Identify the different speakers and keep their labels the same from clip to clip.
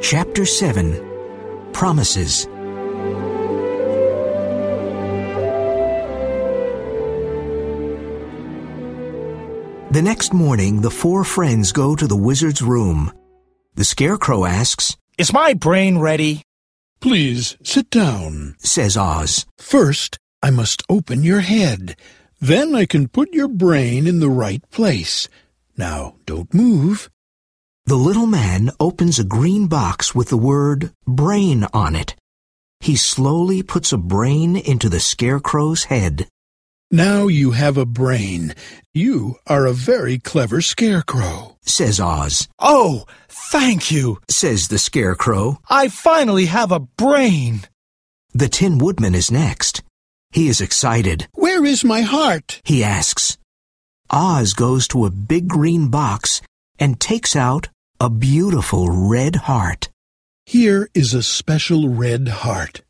Speaker 1: Chapter 7 Promises. The next morning, the four friends go to the wizard's room. The scarecrow asks,
Speaker 2: Is my brain ready?
Speaker 3: Please sit down.
Speaker 1: says Oz.
Speaker 3: First, I must open your head. Then I can put your brain in the right place. Now, don't move.
Speaker 1: The little man opens a green box with the word brain on it. He slowly puts a brain into the scarecrow's head.
Speaker 3: Now you have a brain. You are a very clever scarecrow.
Speaker 1: says Oz,
Speaker 2: Oh, thank you.
Speaker 1: says the Scarecrow.
Speaker 2: I finally have a brain.
Speaker 1: The Tin Woodman is next. He is excited.
Speaker 3: Where is my heart?
Speaker 1: He asks. Oz goes to a big green box and takes out a beautiful red heart.
Speaker 3: Here is a special red heart.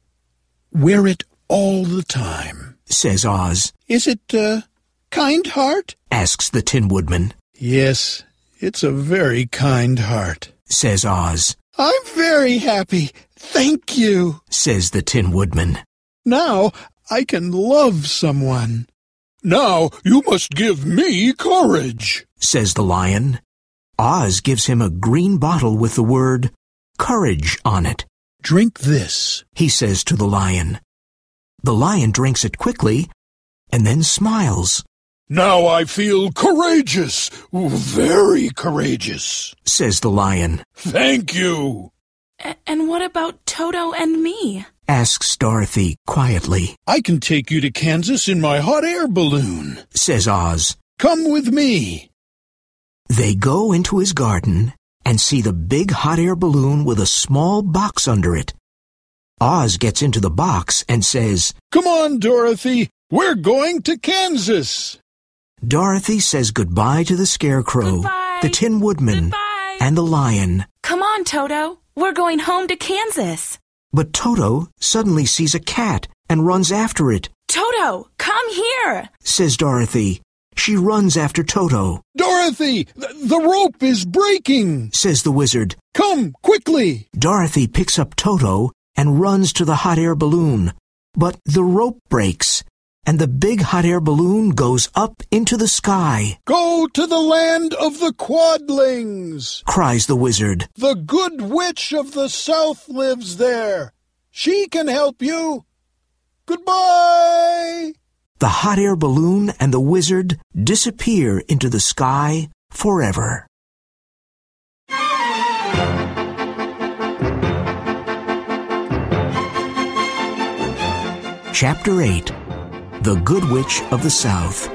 Speaker 3: Wear it all the time.
Speaker 1: Says Oz,
Speaker 3: Is it a kind heart?
Speaker 1: asks the Tin Woodman.
Speaker 3: Yes, it's a very kind heart.
Speaker 1: Says Oz,
Speaker 3: I'm very happy. Thank you.
Speaker 1: says the Tin Woodman.
Speaker 3: Now I can love someone. Now you must give me courage.
Speaker 1: Says the Lion. Oz gives him a green bottle with the word courage on it.
Speaker 3: Drink this.
Speaker 1: he says to the lion. The lion drinks it quickly and then smiles,
Speaker 3: Now I feel courageous. Very courageous.
Speaker 1: says the lion,
Speaker 3: Thank you.
Speaker 4: A- and what about Toto and me?
Speaker 1: asks Dorothy quietly,
Speaker 3: I can take you to Kansas in my hot air balloon.
Speaker 1: says Oz.
Speaker 3: Come with me.
Speaker 1: They go into his garden and see the big hot air balloon with a small box under it. Oz gets into the box and says,
Speaker 3: Come on, Dorothy. We're going to Kansas.
Speaker 1: Dorothy says goodbye to the scarecrow,
Speaker 4: Goodbye.
Speaker 1: the tin woodman,
Speaker 4: Goodbye.
Speaker 1: and the lion.
Speaker 4: Come on, Toto. We're going home to Kansas.
Speaker 1: But Toto suddenly sees a cat and runs after it.
Speaker 4: Toto, come here.
Speaker 1: says Dorothy. She runs after Toto,
Speaker 3: Dorothy, th- the rope is breaking.
Speaker 1: says the wizard.
Speaker 3: Come quickly.
Speaker 1: Dorothy picks up Toto and runs to the hot air balloon. But the rope breaks, and the big hot air balloon goes up into the sky,
Speaker 3: Go to the land of the Quadlings.
Speaker 1: cries the wizard.
Speaker 3: The good witch of the south lives there. She can help you. Goodbye.
Speaker 1: The hot air balloon and the wizard disappear into the sky forever. Chapter 8 The Good Witch of the South.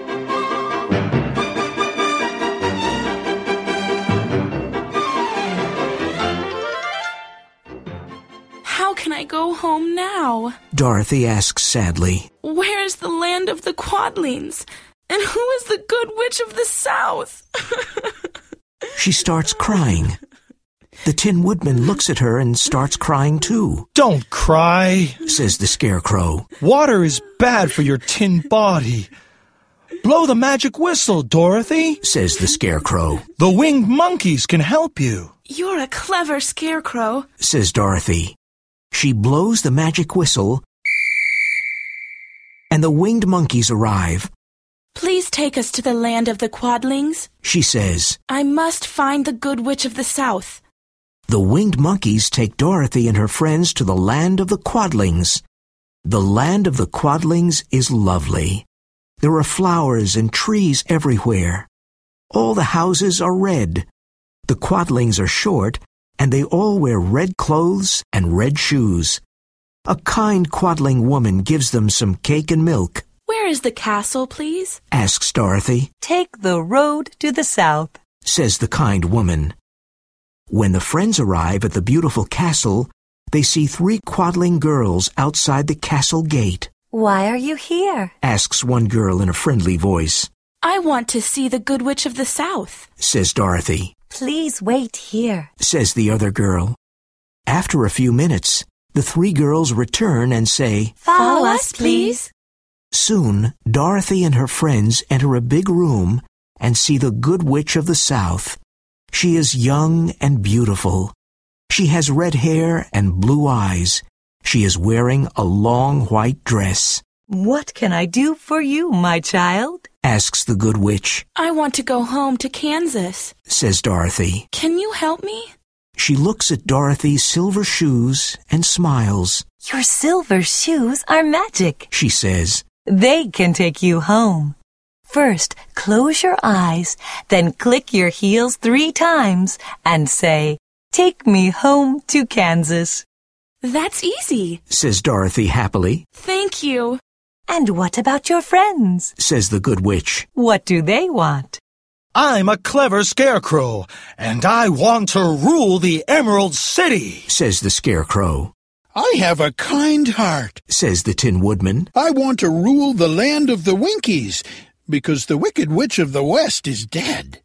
Speaker 4: How can I go home now?
Speaker 1: Dorothy asks sadly.
Speaker 4: Where's the land of the Quadlings? And who is the good witch of the South?
Speaker 1: She starts crying. The Tin Woodman looks at her and starts crying too,
Speaker 2: Don't cry.
Speaker 1: says the Scarecrow.
Speaker 2: Water is bad for your tin body. Blow the magic whistle, Dorothy.
Speaker 1: Says the Scarecrow,
Speaker 2: The winged monkeys can help you.
Speaker 4: You're a clever scarecrow.
Speaker 1: says Dorothy. She blows the magic whistle, and the winged monkeys arrive.
Speaker 4: Please take us to the land of the Quadlings.
Speaker 1: She says,
Speaker 4: I must find the good witch of the South.
Speaker 1: The winged monkeys take Dorothy and her friends to the land of the Quadlings. The land of the Quadlings is lovely. There are flowers and trees everywhere. All the houses are red. The Quadlings are short, and they all wear red clothes and red shoes. A kind Quadling woman gives them some cake and milk,
Speaker 4: Where is the castle, please?
Speaker 1: asks Dorothy.
Speaker 5: Take the road to the south.
Speaker 1: says the kind woman. When the friends arrive at the beautiful castle, they see three quadling girls outside the castle gate,
Speaker 5: Why are you here?
Speaker 1: asks one girl in a friendly voice,
Speaker 4: I want to see the good witch of the South.
Speaker 1: says Dorothy,
Speaker 5: Please wait here.
Speaker 1: says the other girl. After a few minutes, the three girls return and say,
Speaker 4: Follow us, please.
Speaker 1: Soon, Dorothy and her friends enter a big room and see the Good Witch of the South. She is young and beautiful. She has red hair and blue eyes. She is wearing a long white dress,
Speaker 5: What can I do for you, my child?
Speaker 1: asks the good witch,
Speaker 4: I want to go home to Kansas.
Speaker 1: says Dorothy.
Speaker 4: Can you help me?
Speaker 1: She looks at Dorothy's silver shoes and smiles.
Speaker 5: Your silver shoes are magic.
Speaker 1: She says,
Speaker 5: They can take you home. First, close your eyes, then click your heels three times and say, Take me home to Kansas.
Speaker 4: That's easy.
Speaker 1: says Dorothy happily,
Speaker 4: Thank you.
Speaker 5: And what about your friends?
Speaker 1: says the good witch,
Speaker 5: What do they want?
Speaker 2: I'm a clever scarecrow, and I want to rule the Emerald City.
Speaker 1: says the scarecrow,
Speaker 3: I have a kind heart.
Speaker 1: says the Tin Woodman,
Speaker 3: I want to rule the land of the Winkies, because the Wicked Witch of the West is dead.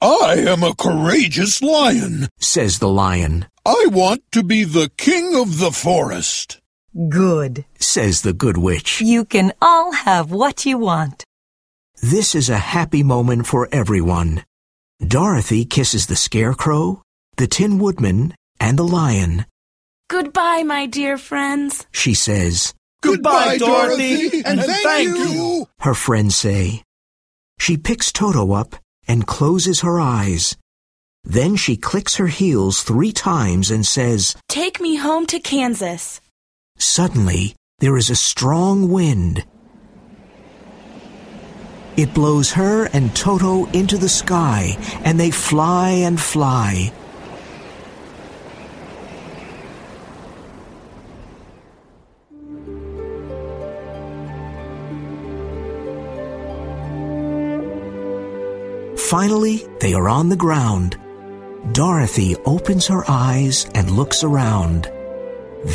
Speaker 3: I am a courageous lion.
Speaker 1: says the lion,
Speaker 3: I want to be the king of the forest.
Speaker 5: Good.
Speaker 1: says the good witch.
Speaker 5: You can all have what you want.
Speaker 1: This is a happy moment for everyone. Dorothy kisses the scarecrow, the Tin Woodman, and the lion.
Speaker 4: Goodbye, my dear friends.
Speaker 1: She says,
Speaker 2: Goodbye, Dorothy, and thank you.
Speaker 1: her friends say. She picks Toto up and closes her eyes. Then she clicks her heels three times and says,
Speaker 4: Take me home to Kansas.
Speaker 1: Suddenly, there is a strong wind. It blows her and Toto into the sky, and they fly and fly. Finally, they are on the ground. Dorothy opens her eyes and looks around.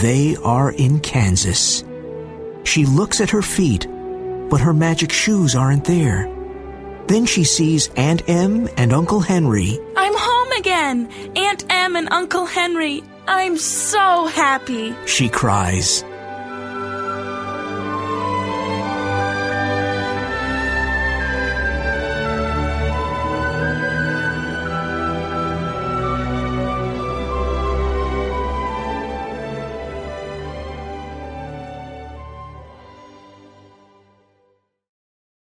Speaker 1: They are in Kansas. She looks at her feet, but her magic shoes aren't there. Then she sees Aunt Em and Uncle Henry.
Speaker 4: I'm home again. Aunt Em and Uncle Henry. I'm so happy.
Speaker 1: She cries.